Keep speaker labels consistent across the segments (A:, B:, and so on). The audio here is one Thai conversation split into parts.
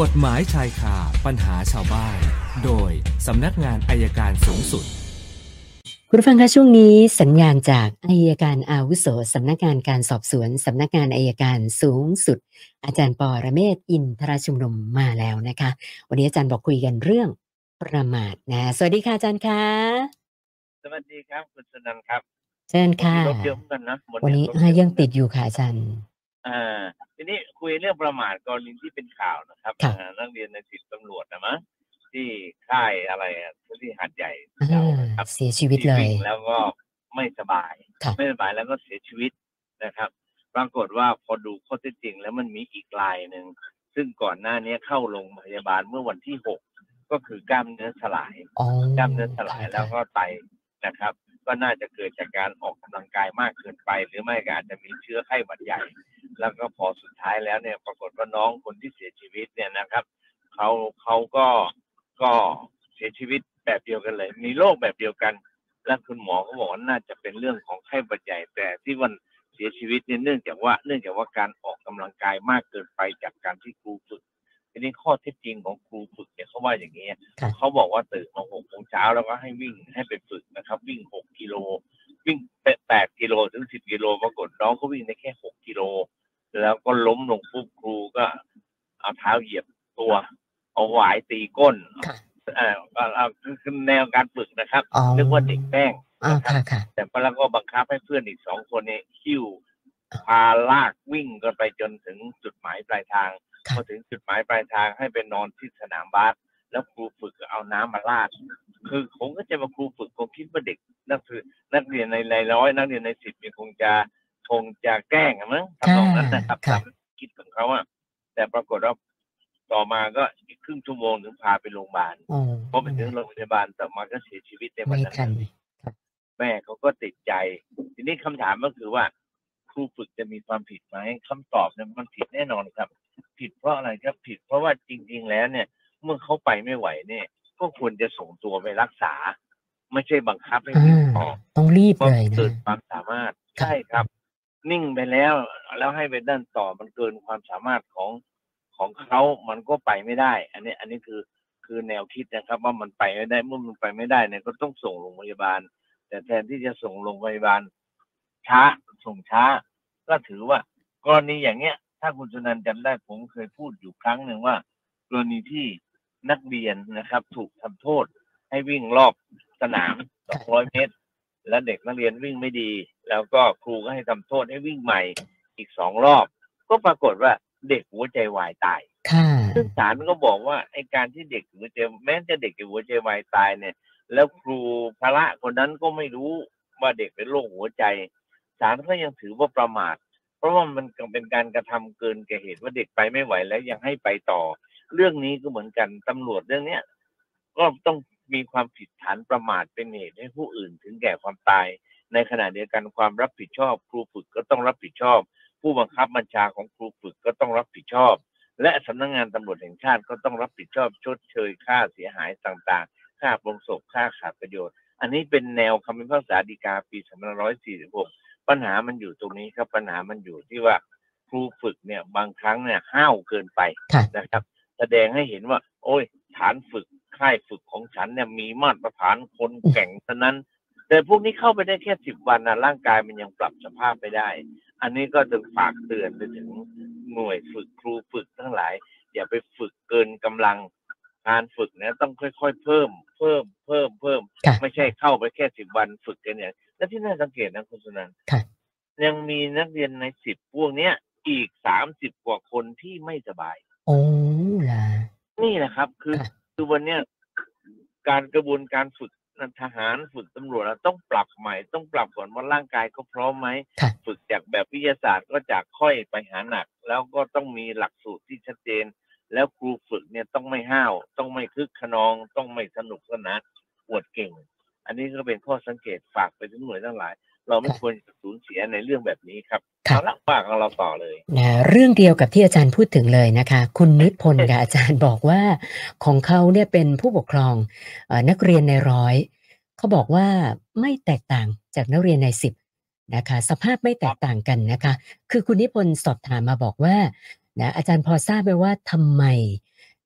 A: กฎหมายชายคาปัญหาชาวบ้าน โดยสำนักงานอายการสูงสุด
B: คุณผู้ฟังคะช่วงนี้สัญญาณจากอายการอาวุโสสำนักงานการสอบสวนสำนักงานอายการสูงสุด อาจารย์ปอระเมศวร์อินทรชุมนุมมาแล้วนะคะ วันนี้อาจารย์บอกคุยกันเรื่องประมาทนะสวัสดีค่ะอาจารย์คะ
C: สวัสดีครับคุณสนันท์ครับ
B: เชิญค่ะ
C: วันนี้รถเยอะเหมือนกันนะ
B: วันนี้
C: รถ
B: อ่า
C: เอะ
B: ยังติดอยู่ค่ะอาจารย์
C: อ่าทีนี้คุยเรื่องประมาทกรณีที่เป็นข่าวนะครับ
B: ค่ะ
C: อ่านักเรียนในสิบตำรวจนะมั้งที่ค่ายอะไรอะที่หาดใหญ่
B: อ่า
C: เรานะครับ
B: เสียชีวิตเลย
C: ที่งแล้วก็ไม่สบาย
B: ค่ะ
C: ไม่สบายแล้วก็เสียชีวิตนะครับ ปรากฏว่าพอดูข้อเท็จจริง แล้วมันมีอีกลายหนึ่งซึ่งก่อนหน้านี้เข้าโรงพยาบาลเมื่อวันที่หกก็คือกล้ามเนื้อสลาย
B: อ๋อก
C: ล้ามเนื้อสลายแล้ว
B: ค่ะ
C: ก็ไตนะครับ ก็น่าจะเกิดจากการออกกำลังกายมากเกินไป หรือไม่ก็อาจจะมีเชื้อไข้หวัดใหญ่ แล้วก็พอสุดท้ายแล้วเนี่ยปรากฏว่าน้องคนที่เสียชีวิตเนี่ยนะครับเขาเขาก็ก็เสียชีวิตแบบเดียวกันเลย มีโรคแบบเดียวกัน และคุณหมอก็บอกว่าน่าจะเป็นเรื่องของไข้หวัดใหญ่ แต่ที่วันเสียชีวิตเนี่ยเนื่องจากว่าเนื่องจากว่าการออกกำลังกายมากเกินไปจากการที่ครูฝึกทีนี้ข้อเท็จจริงของครูฝึกเนี่ยเขาว่าอย่างนี้ เขาบอกว่าตื่นมาหกโมงเช้าแล้วก็ให้วิ่งให้ไปฝึกนะครับ วิ่งหกกิโล วิ่งแปดกิโลถึงสิบกิโลปรากฏน้องเขาวิ่งได้แค่หกกิโล แล้วก็ล้มลงปุ๊บครูก็เอาเท้าเหยียบตัว เอาหวายตีก้น
B: ค่ะ
C: เอ่อเอาเอาคือคือแนวการฝึกนะครับ
B: อ๋อ
C: นึกว่าเด็กแป้ง
B: อ๋อค่ะค่ะ
C: แต่ปแล้วก็บังคับให้เพื่อนอีกสองคนเนี่ยหิ้วพาลากวิ่งกันไปจนถึงจุดหมายปลายทาง
B: ค่ะ
C: พอถึงจุดหมายปลายทางให้ไปนอนที่สนามบาสแล้วครูฝึกเอาน้ำมาลาดคือผมก็จะมาครูฝึกคงคิดว่าเด็กนักศึกนักเรียนในในร้อยนักเรียนในสิบเนี่ยคงจะคงจะแกล้งอะมั้งทำนองนั้นนะครับ
B: ค่ะ
C: ตามคิดของเขาอะแต่ปรากฏว่าต่อมาก็อีกครึ่งชั่วโมงถึงพาไปโรงพยาบาล
B: อ๋อ
C: พอไปถึงโรงพยาบาลต่อมาก็เสียชีวิตในวั
B: ไม่
C: นนั้น
B: ทัน
C: แม่เขาก็ติดใจ ทีนี้คำถามก็คือว่า ครูฝึกจะมีความผิดไหมคำตอบเนี่ยมันผิดแน่นอนครับ ผิดเพราะอะไรครับผิด เพราะว่าจริง ๆ แล้วเนี่ย เมื่อเขาไปไม่ไหวเนี่ย ก็ควรจะส่งตัวไปรักษา ไม่ใช่บังคับให้วิ่งต่อ
B: ต้องรีบ
C: ก็
B: เลยนะ
C: เกินความสามารถ
B: ครับ
C: ใช่ครับ นิ่งไปแล้ว แล้วให้ไปด้านต่อมันเกินความสามารถของของเขามันก็ไปไม่ได้ อันนี้ อันนี้คือคือแนวคิดนะครับ ว่ามันไปไม่ได้เมื่อมันไปไม่ได้เนี่ยก็ต้องส่งโรงพยาบาล แต่แทนที่จะส่งโรงพยาบาลช้าส่งช้า ก็ถือว่ากรณีอย่างเงี้ย ถ้าคุณชนันท์จำได้ผมเคยพูดอยู่ครั้งหนึ่งว่า กรณีที่นักเรียนนะครับ ถูกทำโทษ ให้วิ่งรอบสนาม 200 เมตร แล้วเด็กนักเรียนวิ่งไม่ดี แล้วก็ครูก็ให้ทำโทษให้วิ่งใหม่อีกสองรอบ ก็ปรากฏว่าเด็กหัวใจวายตาย
B: ค่ะ
C: ซึ่งศาลก็บอกว่าไอการที่เด็กหัวใจแม้จะเด็กจะหัวใจวายตายเนี่ย แล้วครูพระคนนั้นก็ไม่รู้ว่าเด็กเป็นโรคหัวใจศาลก็ยังถือว่าประมาท เพราะว่ามันเป็นการกระทำเกินแก่เหตุว่าเด็กไปไม่ไหวแล้วยังให้ไปต่อ เรื่องนี้ก็เหมือนกันตำรวจเรื่องเนี้ยก็ต้องมีความผิดฐานประมาทเป็นเหตุให้ผู้อื่นถึงแก่ความตาย ในขณะเดียวกันความรับผิดชอบ ครูฝึกก็ต้องรับผิดชอบ ผู้บังคับบัญชาของครูฝึกก็ต้องรับผิดชอบ และสำนักงานตำรวจแห่งชาติก็ต้องรับผิดชอบชดเชยค่าเสียหายต่างๆ ค่าปรงศพค่าขาดประโยชน์ อันนี้เป็นแนวคำพิพากษาฎีกาปี2546 ปัญหามันอยู่ตรงนี้ครับ ปัญหามันอยู่ที่ว่าครูฝึกเนี่ยบางครั้งเนี่ยห้าวเกินไป
B: ค่ะ
C: นะครับ แสดงให้เห็นว่า โอ้ย ฐานฝึกค่ายฝึกของฉันเนี่ยมีมาตรฐานคนแข่งเท่านั้น แต่พวกนี้เข้าไปได้แค่สิบวันนะร่างกายมันยังปรับสภาพไม่ได้ อันนี้ก็จึงฝากเตือนไปถึงหน่วยฝึกครูฝึกทั้งหลาย อย่าไปฝึกเกินกำลังการฝึกนะต้องค่อยๆเพิ่ม เพิ่มเพิ่มเพิ่ม
B: ค่ะ
C: ไม่ใช่เข้าไปแค่สิบวันฝึกกันอย่างและที่น่าสังเกตนะคุณสุนันท์
B: ค่ะ
C: ยังมีนักเรียนในสิบพวกเนี้ยอีกสามสิบกว่าคนที่ไม่สบาย
B: โอ้ล่ะ
C: นี่แหละครับ คือ
B: ค่ะ
C: คือวันเนี้ยการกระบวนการฝึกทหารฝึกตำรวจเราต้องปรับใหม่ต้องปรับก่อนว่าร่างกายเขาพร้อมไหม
B: ค่ะ
C: ฝึกจากแบบวิทยาศาสตร์ก็จากค่อยไปหาหนัก แล้วก็ต้องมีหลักสูตรที่ชัดเจน แล้วครูฝึกเนี่ยต้องไม่ห้าว ต้องไม่คึกขนอง ต้องไม่สนุกสนานอวดเก่ง อันนี้ก็เป็นข้อสังเกตฝากไปถึงหน่วยทั้งหลาย เราไม่
B: ค่ะ
C: ควรสูญเสียในเรื่องแบบนี้ครับ
B: ค่ะ
C: เอาละฝากของเราต่อเลย
B: นะเรื่องเดียวกับที่อาจารย์พูดถึงเลยนะคะ คุณนิพนธ์กับอาจารย์บอกว่าของเขาเนี่ยเป็นผู้ปกครองเอ่อนักเรียนในร้อยเขาบอกว่าไม่แตกต่างจากนักเรียนในสิบนะคะ สภาพไม่แตกต่างกันนะคะ คือคุณนิพนธ์สอบถามมาบอกว่านะอาจารย์พอทราบไหมว่าทำไม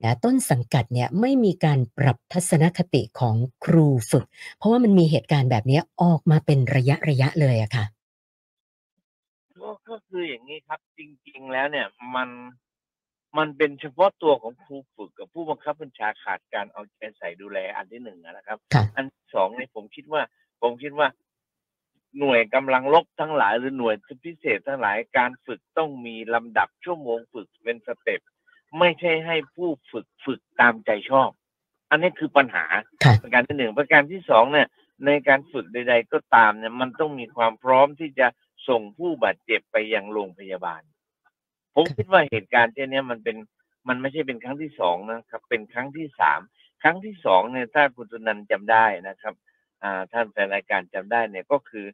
B: นะต้นสังกัดเนี่ยไม่มีการปรับทัศนคติของครูฝึก เพราะว่ามันมีเหตุการณ์แบบเนี้ยออกมาเป็นระยะระยะเลยอะค่ะ
C: ก็ก็คืออย่างนี้ครับ จริง ๆ แล้วเนี่ยมันมันเป็นเฉพาะตัวของครูฝึกกับผู้บังคับบัญชาขาดการเอาใจใส่ดูแลอันที่หนึ่งอะนะครับ
B: ค่ะ
C: อันที่สองเนี่ยผมคิดว่า ผมคิดว่า หน่วยกำลังรบทั้งหลาย หรือหน่วยพิเศษทั้งหลายการฝึกต้องมีลำดับชั่วโมงฝึกเป็นสเต็ปไม่ใช่ให้ผู้ฝึกฝึกตามใจชอบ อันนี้คือปัญหา
B: ค่ะ
C: ประการที่หนึ่งประการที่สองเนี่ย ในการฝึกใด ๆ ก็ตามเนี่ย มันต้องมีความพร้อมที่จะส่งผู้บาดเจ็บไปยังโรงพยาบาล ผมคิดว่าเหตุการณ์เช่นเนี้ยมันเป็นมันไม่ใช่เป็นครั้งที่สองนะครับ เป็นครั้งที่สาม ครั้งที่สองเนี่ยถ้าคุณสุนันท์จำได้นะครับ อ่าท่านแฟนรายการจำได้เนี่ยก็คือ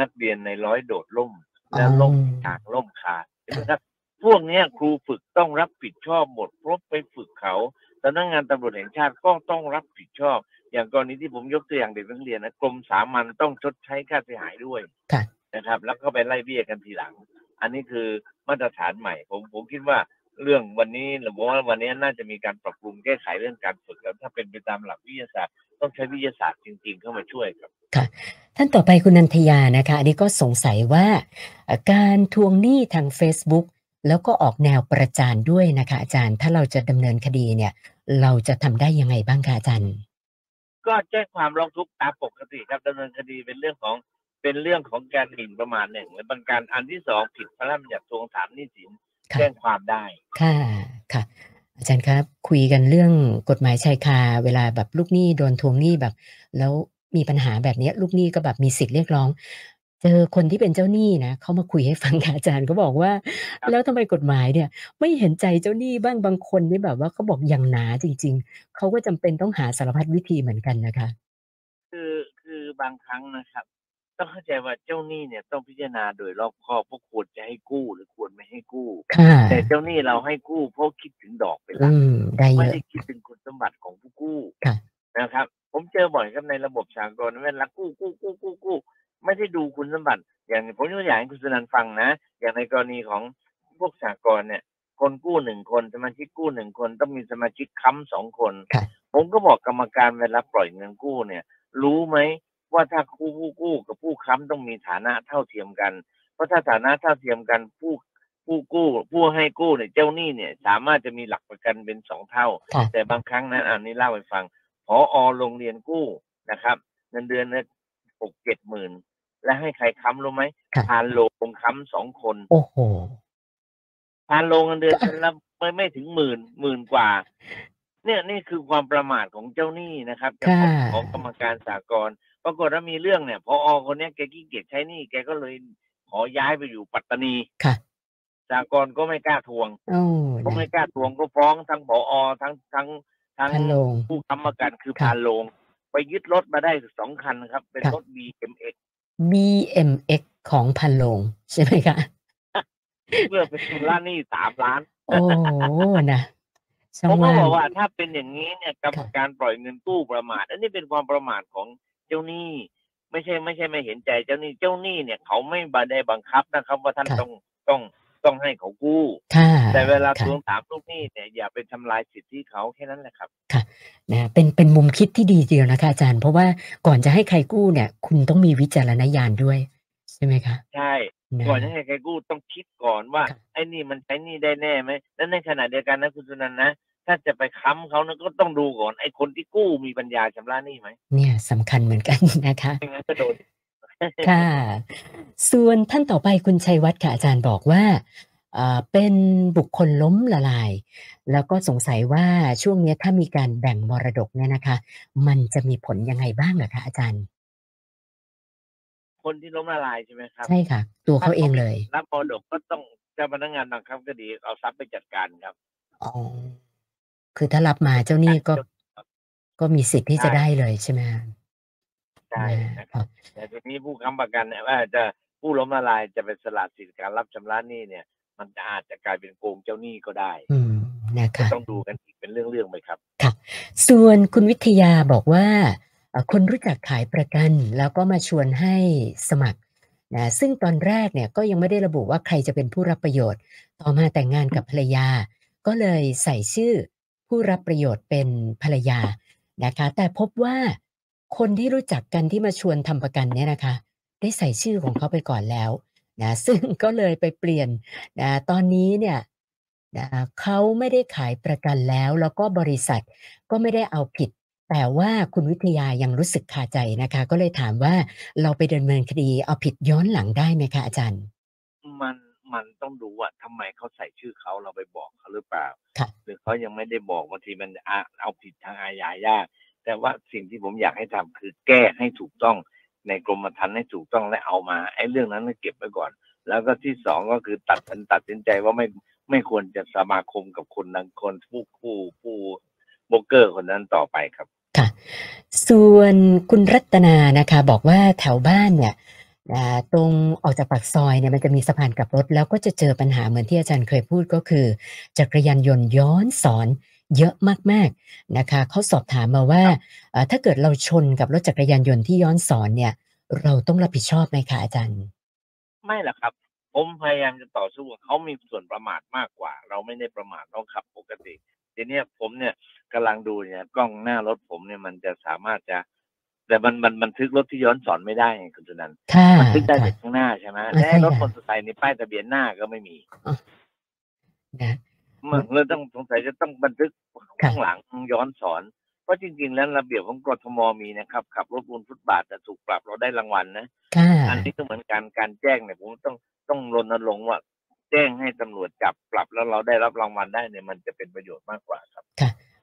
C: นักเรียนในร้อยโดดล่ม แล้วล่ม
B: อ๋อ
C: ทางล่มขาดใช่ไหมครับ พวกเนี้ยครูฝึกต้องรับผิดชอบหมดเพราะไปฝึกเขาสำนักงานตำรวจแห่งชาติก็ต้องรับผิดชอบ อย่างกรณีที่ผมยกตัวอย่างเด็กนักเรียนนะกรมสามัญต้องชดใช้ค่าเสียหายด้วย
B: ค่ะ
C: นะครับ แล้วก็ไปไล่เบี้ยกันทีหลัง อันนี้คือมาตรฐานใหม่ ผมผมคิดว่าเรื่องวันนี้หรือว่าวันนี้น่าจะมีการปรับปรุงแก้ไขเรื่องการฝึกแล้วถ้าเป็นไปตามหลักวิทยาศาสตร์ ต้องใช้วิทยาศาสตร์จริง ๆ เข้ามาช่วยครับ
B: ท่านต่อไปคุณนันทยานะคะ อันนี้ก็สงสัยว่าเอ่อการทวงหนี้ทาง Facebook แล้วก็ออกแนวประจานด้วยนะคะ อาจารย์ ถ้าเราจะดำเนินคดีเนี่ย เราจะทำได้ยังไงบ้างคะอาจารย์
C: ก็แจ้งความร้องทุกข์ตามปกติครับดำเนินคดีเป็นเรื่องของเป็นเรื่องของการหมิ่นประมาทหนึ่งและบางการอันที่สองผิดพระราชบัญญัติทวงถามหนี้สิน
B: ค่ะ
C: แจ้งความได้
B: ค่ะค่ะ อาจารย์ครับ คุยกันเรื่องกฎหมายชายคา เวลาแบบลูกหนี้โดนทวงหนี้แบบ แล้วมีปัญหาแบบเนี้ยลูกหนี้ก็แบบมีสิทธิ์เรียกร้อง เจอคนที่เป็นเจ้าหนี้นะเขามาคุยให้ฟังค่ะอาจารย์ก็บอกว่า
C: ครับ
B: แล้วทำไมกฎหมายเนี่ย ไม่เห็นใจเจ้าหนี้บ้างบางคนนี่แบบว่าเขาบอกอย่างหนาจริง ๆเขาก็จำเป็นต้องหาสารพัดวิธีเหมือนกันนะคะ
C: คือคือบางครั้งนะครับ ต้องเข้าใจว่าเจ้าหนี้เนี่ยต้องพิจารณาโดยรอบคอบว่าควรจะให้กู้หรือควรไม่ให้กู้
B: ค่ะ
C: แต่เจ้าหนี้เราให้กู้เพราะคิดถึงดอกเป็นหลั
B: อื
C: ก
B: มได้เย
C: ไม่
B: อะ
C: ได้คิดถึงคุณสมบัติของผู้กู้
B: ค่ะ
C: นะครับ ผมเจอบ่อยครับในระบบสากลเวลากู้กู้กู้กู้กู้ไม่ได้ดูคุณสมบัติ อย่างผมยกตัวอย่างให้คุณสนันฟังนะ อย่างในกรณีของพวกสากลเนี่ย คนกู้หนึ่งคนสมาชิกกู้หนึ่งคนต้องมีสมาชิกค้ำสองคน
B: ค่ะ
C: ผมก็บอกกรรมการเวลาปล่อยเงินกู้เนี่ย รู้ไหมว่าถ้าคู่ผู้กู้กับผู้ค้ำต้องมีฐานะเท่าเทียมกัน เพราะถ้าฐานะเท่าเทียมกันผู้ผู้กู้ ผู้ให้กู้เนี่ยเจ้าหนี้เนี่ย สามารถจะมีหลักประกันเป็นสองเท่า
B: ค่ะ
C: แต่บางครั้งนั้นอันนี้เล่าให้ฟังพออโรงเรียนกู้นะครับ เงินเดือนเนี่ยหกเจ็ดหมื่นและให้ใครค้ำรู้ไหม
B: ค่ะ
C: พานโลงค้ำสองคน
B: โอ้โห
C: พานโลงเงินเดือนละไม่ไม่ถึงหมื่นหมื่นกว่า เนี่ยนี่คือความประมาทของเจ้าหนี้นะครับจาก
B: ค่ะ
C: ของกรรมการสากลปรากฏว่ามีเรื่องเนี่ยพออคนเนี้ยแกขี้เกียจใช้หนี้แกก็เลยขอย้ายไปอยู่ปัตตานี
B: ค่ะ
C: สากลก็ไม่กล้าทวง
B: โอ้
C: ก็ไม่
B: นะ
C: กล้าทวงก็ฟ้องทั้งผอทั้งทั้งทั้ง
B: พันโลง
C: ผู้ค้ำประกันคือ
B: ค่ะ
C: พานโลง ไปยึดรถมาได้สองคันนะครับ เป็น
B: ค่ะ
C: รถ BMX
B: BMX ของพันโลงใช่ไหมคะ
C: เพื่อไปชำระหนี้สามล้าน
B: โอ้โหนะช่า
C: ผ
B: ง
C: มก็
B: ว่าง
C: บอกว่าถ้าเป็นอย่างนี้เนี่ยกรรม
B: ค่ะ
C: การปล่อยเงินกู้ประมาท อันนี้เป็นความประมาทของเจ้าหนี้ ไม่ใช่ไม่ใช่ไม่เห็นใจเจ้าหนี้เจ้าหนี้เนี่ยเขาไม่ได้บังคับนะครับ ว่าท่านต้องต้องต้องให้เขากู้
B: ค่ะ
C: แต่เวลาท
B: ค่ะ
C: วงถามลูกหนี้เนี่ยอย่าไปทำลายสิทธิเขาแค่นั้นแหละครับ
B: นะเป็นเป็นมุมคิดที่ดีทีเดียวนะคะอาจารย์ เพราะว่าก่อนจะให้ใครกู้เนี่ย คุณต้องมีวิจารณญาณด้วย ใช่ไหมคะ
C: ใช่
B: นะ
C: ก่อนจะให้ใครกู้ต้องคิดก่อนว่า
B: ค่ะ
C: ไอ้นี่มันใช้หนี่ได้แน่ไหมและในขณะเดียวกันนะคุณสุนันท์นะ ถ้าจะไปค้ำเขานะก็ต้องดูก่อนไอ้คนที่กู้มีปัญญาชำระหนี้ไหม
B: เนี่ยสำคัญเหมือนกันนะคะ
C: ไม่งั้นก็โดน
B: ค่ะ ส่วนท่านต่อไปคุณชัยวัฒน์ค่ะอาจารย์บอกว่าเอ่อเป็นบุคคลล้มละลาย แล้วก็สงสัยว่าช่วงเนี้ยถ้ามีการแบ่งมรดกเนี่ยนะคะ มันจะมีผลยังไงบ้างเหรอคะอาจารย์
C: คนที่ล้มละลายใช่ไหมครับ
B: ใช่ค่ะ ตัวเขาเองเลย
C: รับมรดกก็ต้องเจ้าพนักงานบังคับคดีเอาทรัพย์ไปจัดการครับ
B: อ๋อคือถ้ารับมาเจ้าหนี้ก็ ก็มีสิทธิ์ที่จะ
C: ใช่
B: ได้เลยใช่ไหม
C: ใช่
B: นะ
C: นะ
B: ค
C: ค
B: รั
C: รับบ แต่ทีนี้ผู้ค้ำประกันเนี่ยว่าจะผู้ล้มละลายจะไปสละสิทธิการรับชำระหนี้เนี่ย มันจะอาจจะกลายเป็นโกงเจ้าหนี้ก็ได้
B: อืมนะคะ
C: ต้องดูกันอีกเป็นเรื่องๆไปครับ
B: ส่วนคุณวิทยาบอกว่าเอ่อคนรู้จักขายประกัน แล้วก็มาชวนให้สมัครนะซึ่งตอนแรกเนี่ยก็ยังไม่ได้ระบุว่าใครจะเป็นผู้รับประโยชน์ ต่อมาแต่งงานกับภรรยา ก็เลยใส่ชื่อ ผู้รับประโยชน์เป็นภรรยานะคะ แต่พบว่าคนที่รู้จักกันที่มาชวนทำประกันเนี่ยนะคะ ได้ใส่ชื่อของเขาไปก่อนแล้วนะซึ่ง ก็เลยไปเปลี่ยนนะตอนนี้เนี่ยนะเขาไม่ได้ขายประกันแล้ว แล้วก็บริษัทก็ไม่ได้เอาผิด แต่ว่าคุณวิทยายังรู้สึกคาใจนะคะ ก็เลยถามว่าเราไปดำเนินคดีเอาผิดย้อนหลังได้ไหมคะอาจารย์
C: มันมันต้องดูว่าทำไมเขาใส่ชื่อเขาเราไปบอกเขาหรือเปล่า
B: ค่ะ
C: หรือเขายังไม่ได้บอกบางทีมันอ่ะเอาผิดทางอาญายาก แต่ว่าสิ่งที่ผมอยากให้ทำคือแก้ให้ถูกต้องในกรมธรรม์ให้ถูกต้องและเอามาไอ้เรื่องนั้นน่ะเก็บไว้ก่อน แล้วก็ที่สองก็คือตัดมันตัดสินใจว่าไม่ไม่ควรจะสมาคมกับคนนังคนผู้ผู้ผู้โบรกเกอร์คนนั้นต่อไปครับ
B: ค่ะส่วนคุณรัตนานะคะบอกว่าแถวบ้านเนี่ยอ่าตรงออกจากปากซอยเนี่ยมันจะมีสะพานกลับรถ แล้วก็จะเจอปัญหาเหมือนที่อาจารย์เคยพูดก็คือ จักรยานยนต์ย้อนสอนเยอะมากๆนะคะเขาสอบถามมาว่าเอ่อถ้าเกิดเราชนกับรถจักรยานยนต์ที่ย้อนสอนเนี่ย เราต้องรับผิดชอบไหมคะอาจารย์
C: ไม่หรอกครับ ผมพยายามจะต่อสู้กับเขามีส่วนประมาทมากกว่า เราไม่ได้ประมาทเราขับปกติทีเนี้ยผมเนี่ยกำลังดูเนี่ยกล้องหน้ารถผมเนี่ยมันจะสามารถจะ แต่มันมันบันทึกรถที่ย้อนสอนไม่ได้ไงคุณจุนันท์
B: ค่ะ
C: บันทึกได้
B: ค่ะ
C: แต่ข้างหน้าใช่ไหม
B: อ่า
C: และ
B: ใช่
C: รถ
B: ค่ะ
C: มอเตอร์ไซค์ในป้ายทะเบียนหน้าก็ไม่มี
B: อ่ะนะ
C: มันเลยต้องสงสัยจะต้องบันทึกข้างหลังย้อนสอน เพราะจริง ๆ แล้วระเบียบของกทมมีนะครับ ขับรถบนฟุตบาทจะถูกปรับเราได้รางวัลนะ
B: ค่ะ
C: อันนี้ก็เหมือนกันการแจ้งเนี่ยผมต้องต้องรณรงค์ว่า แจ้งให้ตำรวจจับปรับแล้วเราได้รับรางวัลได้เนี่ยมันจะเป็นประโยชน์มากกว่าครับ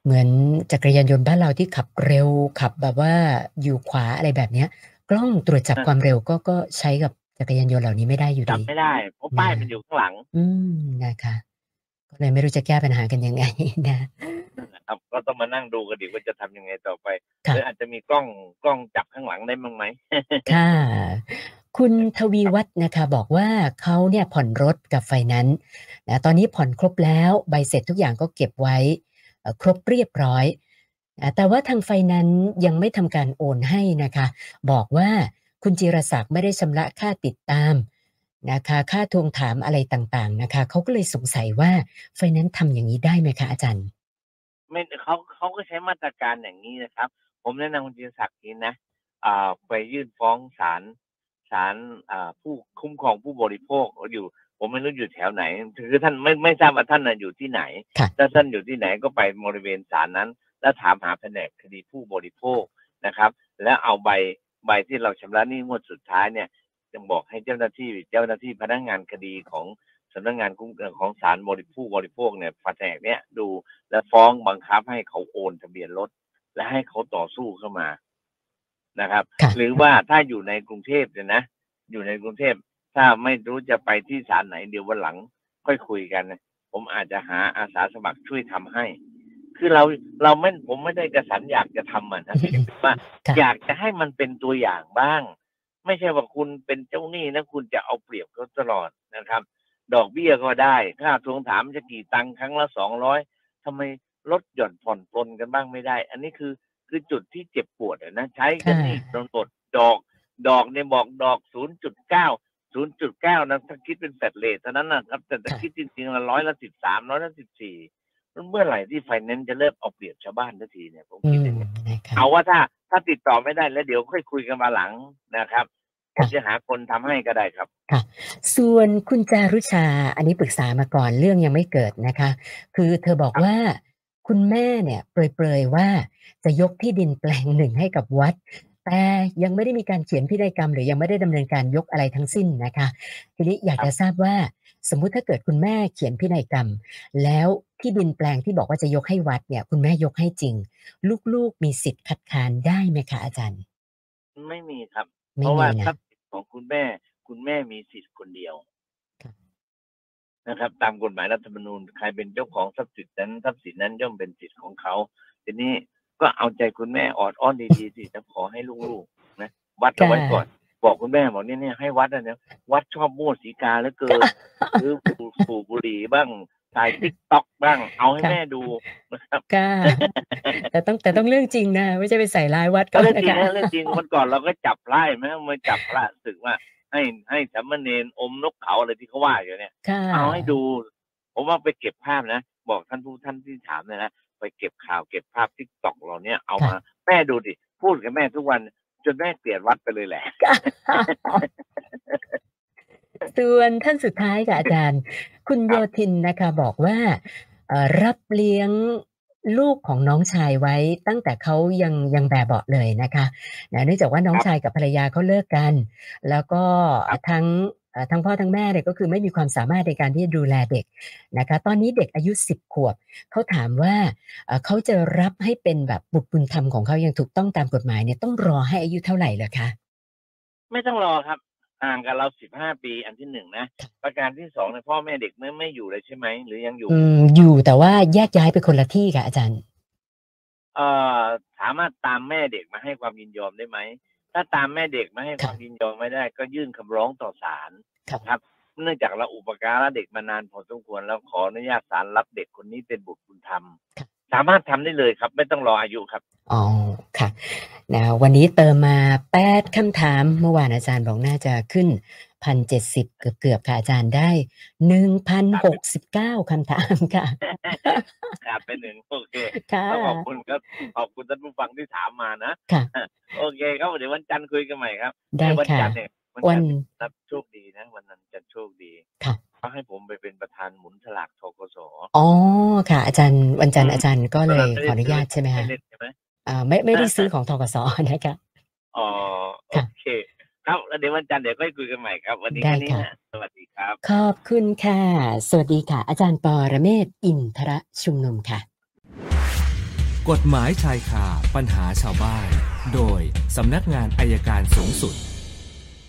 B: เหมือนจักรยานยนต์บ้านเราที่ขับเร็วขับแบบว่าอยู่ขวาอะไรแบบเนี้ย กล้องตรวจจับ
C: อ่า
B: ความเร็วก็ก็ใช้กับจักรยานยนต์เหล่านี้ไม่ได้อยู่
C: จับ
B: ดี
C: ไม่ได้เพราะป้ายมันอยู่ข้างหลัง
B: อืมนะคะ ก็เลยไม่รู้จะแก้ปัญหากันยังไง นะ
C: นะครับก็ต้องมานั่งดูกันดีว่าจะทำยังไงต่อไปห
B: ค่ะ
C: รืออาจจะมีกล้องกล้องจับข้างหลังได้มั้างไหม
B: ค่ะ คุณทวีวัฒน์นะคะ บอกว่าเขาเนี่ยผ่อนรถกับไฟแนั้นซ์นะตอนนี้ผ่อนครบแล้วใบเสร็จทุกอย่างก็เก็บไว้เอ่อครบเรียบร้อยนะแต่ว่าทางไฟแนั้นซ์ยังไม่ทำการโอนให้นะคะ บอกว่าคุณจิรศักดิ์ไม่ได้ชำระค่าติดตามนะคะ ค่าทวงถามอะไรต่างๆนะคะเขาก็เลยสงสัยว่าไฟแนั้นซ์ทำอย่างนี้ได้ไหมคะอาจารย์
C: ไม่เขาเขาก็ใช้มาตรการอย่างนี้นะครับ ผมแนะนำคุณจิรศักดิ์นี้นะอ่าไปยื่นฟ้องศาลศาลอ่าผู้คุ้มครองผู้บริโภคอยู่ ผมไม่รู้อยู่แถวไหน คือท่านไม่ไม่ทราบว่าท่านน่ะอยู่ที่ไหน
B: ค่ะ
C: ถ้าท่านอยู่ที่ไหนก็ไปบริเวณศาลนั้น แล้วถามหาแผนกคดีผู้บริโภคนะครับ แล้วเอาใบใบที่เราชำระหนี้งวดสุดท้ายเนี่ยจะบอกให้เจ้าหน้าที่เจ้าหน้าที่พนักงานคดีของสำนักงานคุ้มเอ่อของศาลบริผู้บริโภคเนี่ยแผนกเนี่ยดู และฟ้องบังคับให้เขาโอนทะเบียนรถและให้เขาต่อสู้เข้ามานะครับ
B: ค่ะ
C: หรือว่าถ้าอยู่ในกรุงเทพเนี่ยนะ อยู่ในกรุงเทพถ้าไม่รู้จะไปที่ศาลไหนเดี๋ยววันหลัง ค่อยคุยกันนะผมอาจจะหาอาสาสมัครช่วยทำให้ คือเราเราไม่ผมไม่ได้กระสันอยากจะทำมันนะ แต่ว่า
B: ค่ะ
C: อยากจะให้มันเป็นตัวอย่างบ้าง ไม่ใช่ว่าคุณเป็นเจ้าหนี้แล้วคุณจะเอาเปรียบเขาตลอดนะครับ ดอกเบี้ยก็ได้ค่าทวงถามจะกี่ตังค์ครั้งละสองร้อยทำไมลดหย่อนผ่อนปลนกันบ้างไม่ได้ อันนี้คือคือจุดที่เจ็บปวดอะนะใช้กันนี่โดนกดดอก ดอกเนี่ยบอกดอกศูนย์จุดเก้าศูนย์จุดเก้านะถ้าคิดเป็นแฟดเลทเท่านั้นนะครับ แต่ถ้า
B: ค่ะ
C: คิดจริงๆละร้อยละสิบสามร้อยละสิบสี่เมื่อไหร่ที่ไฟแนนซ์จะเริ่มเอาเปรียบชาวบ้านทันทีเนี่ยผม
B: อื
C: คิด
B: ม
C: อย่างนี้
B: นะคะ
C: เอาว่าถ้าถ้าติดต่อไม่ได้แล้วเดี๋ยวค่อยคุยกันมาหลังนะครับผ
B: ค่ะ
C: มจะหาคนทำให้ก็ได้ครับ
B: ส่วนคุณจารุชาอันนี้ปรึกษามาก่อนเรื่องยังไม่เกิดนะคะ คือเธอบอกว่าคุณแม่เนี่ยเปรยๆว่าจะยกที่ดินแปลงหนึ่งให้กับวัด แต่ยังไม่ได้มีการเขียนพินัยกรรม หรือยังไม่ได้ดำเนินการยกอะไรทั้งสิ้นนะคะ ทีนี้อยากจะทราบว่า สมมุติถ้าเกิดคุณแม่เขียนพินัยกรรม แล้วที่ดินแปลงที่บอกว่าจะยกให้วัดเนี่ย คุณแม่ยกให้จริง ลูกๆมีสิทธิ์คัดค้านได้ไหมคะอาจารย์
C: ไม่มีครับ
B: ไม่
C: เพราะ
B: มี
C: ว่าทรั
B: นะ
C: พย์สินของคุณแม่ คุณแม่มีสิทธิ์คนเดียว
B: ครับ
C: นะครับ ตามกฎหมายรัฐธรรมนูญใครเป็นเจ้าของทรัพย์สินนั้นทรัพย์สินนั้นย่อมเป็นสิทธิ์ของเขาทีนี้ก็เอาใจคุณแม่ออดอ้อนดีๆสิจะขอให้ลูกๆนะวัดเอาไว้ก่อน บอกคุณแม่บอกเนี่ยเนี่ยให้วัดนะเนี่ยวัดชอบมั่วสีกาแล้วเกินหรือสูบบุหรี่บ้างถ่ายติ๊กต็อกบ้าง เอาให้แม่ดูนะครับ
B: กล้า แต่ต้องแต่ต้องเรื่องจริงนะ ไม่ใช่ไปใส่ร้ายวัด
C: ก็
B: ก็
C: เรื่อง
B: นะ
C: จริง
B: คะ
C: นะเรื่องจริงวันก่อนเราก็จับไล่ไหมมาจับพระศึกว่า ให้ให้สามเณรอมนกเขาอะไรที่เขาว่าอยู่เนี่ย
B: ค่ะ
C: เอาให้ดู ผมว่าไปเก็บภาพนะ บอกท่านผู้ท่านที่ถามเนี่ยนะไปเก็บข่าวเก็บภาพทิกตอกเราเนี่ยเอามา แม่ดูดิพูดกับแม่ทุกวัน จนแม่เกลียดวัดไปเลยแหละ
B: ส่วนท่านสุดท้ายค่ะอาจารย์ คุณ
C: ค
B: โย
C: รับ
B: ธินนะคะบอกว่าเอ่อรับเลี้ยงลูกของน้องชายไว้ตั้งแต่เขายังยังแบบเบาะเลยนะคะนะเนื่องจากว่าน้องชายกับภรรยาเขาเลิกกัน แล้วก็ทั้งเอ่อทั้งพ่อทั้งแม่เนี่ยก็คือไม่มีความสามารถในการที่จะดูแลเด็กนะคะ ตอนนี้เด็กอายุ 10 ขวบเขาถามว่าเอ่อเขาจะรับให้เป็นแบบบุตรบุญธรรมของเขาอย่างถูกต้องตามกฎหมายเนี่ยต้องรอให้อายุเท่าไหร่เหรอคะ
C: ไม่ต้องรอครับห่างกับเราสิบห้าปีอันที่หนึ่งนะ ประการที่สองเนี่ยพ่อแม่เด็กไม่ไม่อยู่เลยใช่ไหมหรือยังอยู่
B: อืมอยู่แต่ว่าแยกย้ายไปคนละที่ค่ะอาจารย์
C: เอ่อสามารถตามแม่เด็กมาให้ความยินยอมได้ไหม ถ้าตามแม่เด็กมาให้ความยินยอมไม่ได้ ก็ยื่นคำร้องต่อศาล
B: ครับ
C: ครับ เนื่องจากเราอุปการะเด็กมานานพอสมควรแล้วขออนุญาตศาลรับเด็กคนนี้เป็นบุตรบุญธรรม
B: ครับ
C: สามารถทำได้เลยครับ ไม่ต้องรออายุครับ
B: อ๋อค่ะนะวันนี้เติมมาแปดคำถามเมื่อวานอาจารย์บอกน่าจะขึ้นพันเจ็ดสิบเกือบเกือบๆค่ะอาจารย์ได้หนึ่งพันหกสิบเก้าคำถาม ค่ะ
C: ครับเป็นหนึ่งโอ เค
B: ค่ะ
C: ต้องขอบคุณครับขอบคุณท่านผู้ฟังที่ถามมานะ
B: ค่ะ
C: โอเคครับเดี๋ยววันจันทร์คุยกันใหม่ครับ
B: ได้
C: วั
B: ค่ะ
C: จันทร์เนี่ย
B: วั
C: วันจัน
B: น
C: ทร์รับโชคดีนะ วันนั้นจันทร์โชคดี
B: ค่ะ
C: เขาให้ผมไปเป็นประธานหมุนฉลากทกส
B: อ๋อค่ะ อาจารย์วันจันทร์
C: อืม
B: อาจารย์ก็เลยขออนุญาตใช่ไหม
C: ให้
B: ฮะ
C: เล่นใช่ไหม
B: อ่าไม่ไม่ได้ซื้อของทกสนะคะ
C: อ๋อโอ
B: ค่ะ
C: เค ครับแล้วเดี๋ยววันจันทร์เดี๋ยวค่อยคุยกันใหม่ครับ วันนี้
B: ได้
C: แค่นี้
B: ค่ะ
C: นะสวัสดีครับ
B: ขอบคุณค่ะ สวัสดีค่ะ อาจารย์ปอระเมศวร์อินทรชุมนุมค่ะ
A: กฎหมายชายคาปัญหาชาวบ้าน โดยสำนักงานอายการสูงสุด